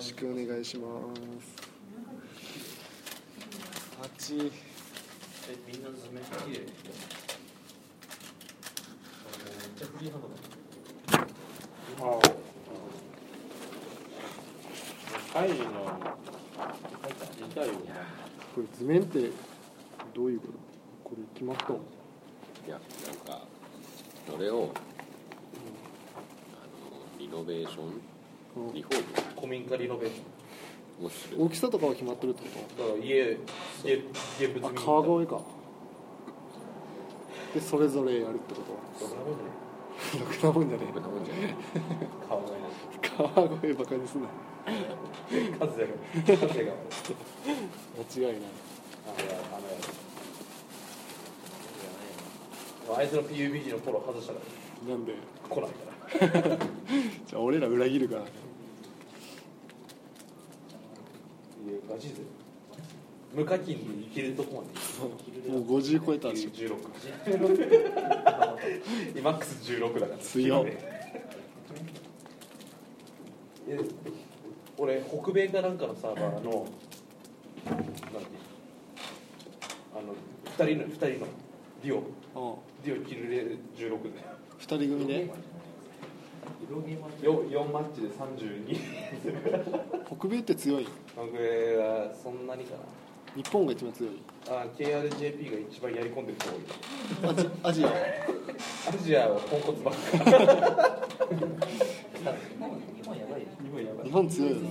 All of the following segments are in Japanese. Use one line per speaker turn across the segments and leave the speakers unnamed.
しくお願いします8
え、みんな爪綺麗。めっちゃフリーハンドだ。
あ会議の痛いよ
これ図面ってどういうことこれ決まったの
いやなんかそれをあのリノベーションリフォー
古民家リノベーシ
ムをする
大きさとかは決まってるってこ
ョン。だから家、家、家
と
物
あ
見に行
川
っ
越かでそれぞれやるってこ
た。川越じ
とろくなもんじゃね
こんなもんじゃない
ゃない。川越だ
え
し。
川越バカにすんな
カズヤが。カズ
間違
ヤが。
いない
あのや、あのや。あいつの PUBG のフォロー外したか
なんで
ら来ないから
じゃあ俺ら裏切るからね
いやガチで無課金でいけるとこまで
もう50超えたし
16今マックス16だから
強っ
え俺北米かなんかのサーバーのなんてあの二人の二人のディオ
うん
ディオキルレ16で
2人組で
よ4マッチで32
北米って強い
僕はそんなにかな
日本が一番強い
あ KRJP が一番やり込んでる人多い
アジアジアは
アジアはポンコツばっか日本やばい
日本強いよな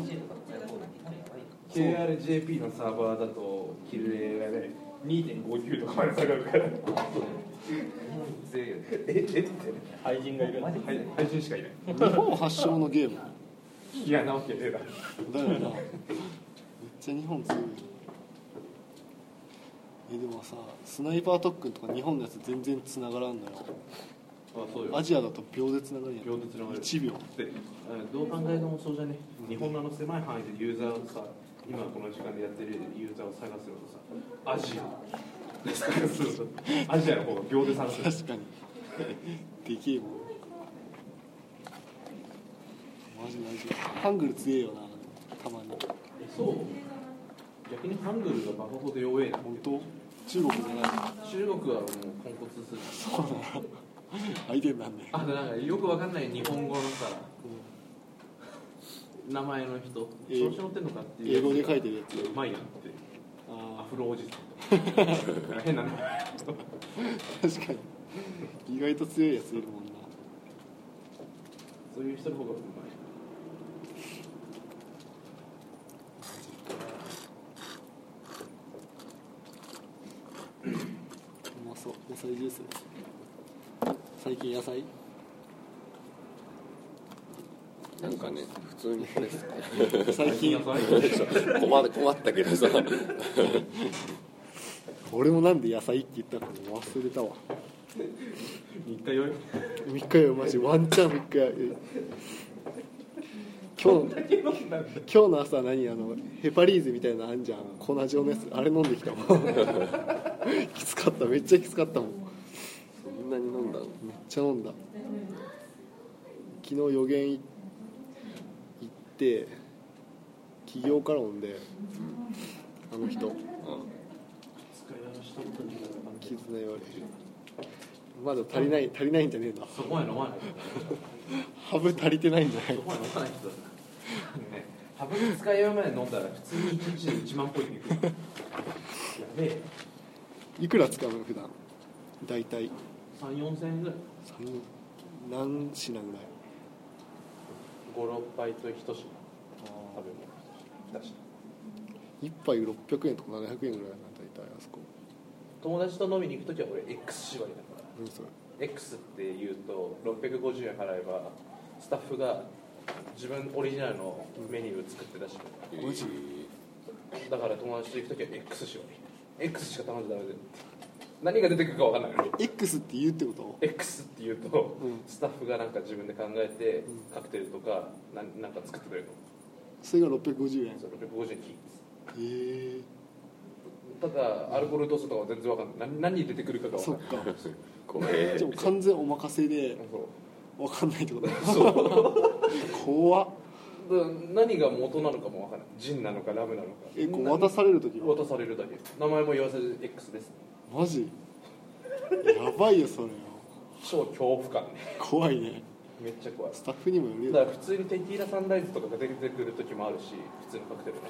KRJP のサーバーだとキルレがね2.59とかまで下がるから ええって廃人がいる廃廃人しかいない
日本発祥のゲーム
いやなわけねえだ
だよなめっちゃ日本強いよえでもさスナイパー特訓とか日本のやつ全然繋がらんのよ
あそう
アジアだと秒で繋がるやん
秒で繋がる
1秒
でどう考えてもそうじゃね日本のあの狭い範囲でユーザーをさ今この時間でやってるユーザーを探すのとさアジア で探すのとアジアの方が秒で探す
確かにでけえもんマジマジハングル強えよなたまに
そう逆にハングルがバカほど弱えな
本当中国じゃない
中国はもうポンコツする
そうなの相手になんね
あとなんかよくわかんない日本語のさ
う
名前の人調
英語
子乗ってんのかって
ん
いう
英語で書いてるやつ
うまいやんってア
あ
フロおじさん変な名前
あ確かに意外と強いやついるもんな
そういう人の方がうまい
うまそう野菜ジュース最近野菜
なんかね普通 にこれさ
最近
困困ったけ どさ
俺もなんで野菜って言ったかも忘れたわ
3日酔い
3日よマジワンチャン3日よ今日の
酒飲んだんだ
今日の朝何あのヘパリーゼみたいなのあんじゃん粉状のやつあれ飲んできたもんきつかっためっちゃきつかったもん
そんなに飲んだの
めっちゃ飲んだ昨日予言い行って起業家論であの人
使い話したことないから
絆よりまだ足りない足りないんじゃねえな
そこまで飲まない
ハブ足りてないんじゃない
そこまで飲まない人だなねハブの使い酔いまで飲んだら普通に1日で1万ポイントい くやべえ
いくら使うの普段大体
3 4千円ぐらい
三何品ぐらい
56杯と1品食べ
食
物だし
べ1杯600円とか700円ぐらいな大体あそこ
友達と飲みに行く時は俺 X 縛りだから
何それ
X っていうと650円払えばスタッフが自分オリジナルのメニュー作って出してくれ
マジ
るだから友達と行く時は X 縛り X しか頼んじゃダメで何が出てくるか分かんないのに
X って言うってこと
X っていうと
うん
スタッフがなんか自分で考えて
うん
カクテルとかなんなんか作ってくれるの
それが650円
それ650円均一
へえ
ただアルコール度数とかは全然わかんない何何出てくるかがわか
そ
ん
っ
な
か
い
怖え
でも完全お任せで
そう
分かんないってこと 怖っ
だから何が元なのかもわからないジンなのかラムなのか
えこう渡される時は
渡されるだけ名前も言わせず X です
マジやばいよそれ
超恐怖感ね
怖いね
めっちゃ怖い
スタッフにもよる
だ
よ
から普通にテキーラサンライズとかが出てくる時もあるし普通のカクテルね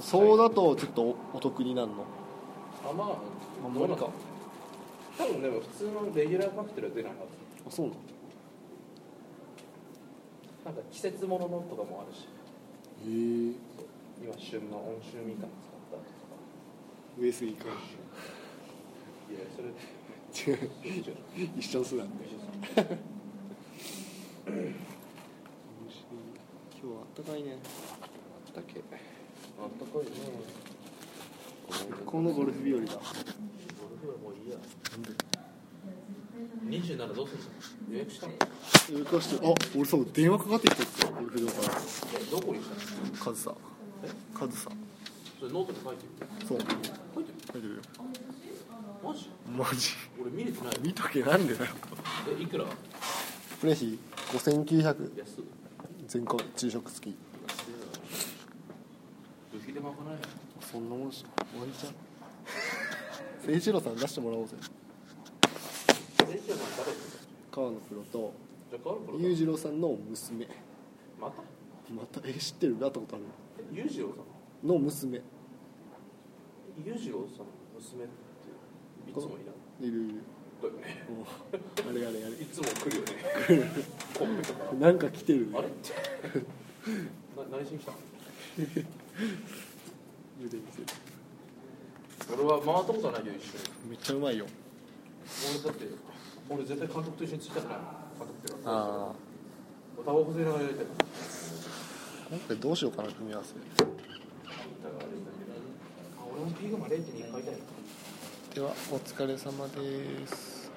そうだとちょっとお得になるの
あま
ま
あ
あ
ど
無理
うなんだ
か
ろう多分でも普通のレギュラーカクテルは出ないはず
あそうなの
なんか季節もののとかもあるし
へえ
今旬の温州みかん使ったとか
上杉か
いやそれ
違う
どっちだろう
一緒にするなんで
い
今日あったかいね
だけ
あったかいね
このゴルフ日和だ
ゴルフはもういいや27どうするの予約したのい
動
や
かしてあ俺さ電話かかってきたっすよゴルフ場から
どこにしたの
カズさカズさ
それノートに書いてる
そう
書いてる
大丈夫よ
マジ
マジ
俺見れてない
見とけなんでだよ
えいくら
プレヒ5900
安い
全館昼食付き
部費で賄えない
そんなもんしか終わりじゃん誠一郎さん出してもらおうぜ
えじゃあ誰
川野プロと
じゃあ変わるから
裕次郎さんの娘
また
またえ知ってるなったことある
裕次郎さん
の娘い
裕次郎さんの娘っていつもいらん
るいる
だよね
もうあれあれあ
いつも来るよねコンペとか
れなんか来てる
あれな何しに来たの
腕見せる
俺は回ったことないよ一緒に
めっちゃうまいよ
俺だって俺絶対監督と一緒についたくない監督っていうか
あ
タバコ吸いながらやりたい
あ今回どうしようかな組み合わせ
あ俺もピグマ0.2回だよ
ではお疲れ様です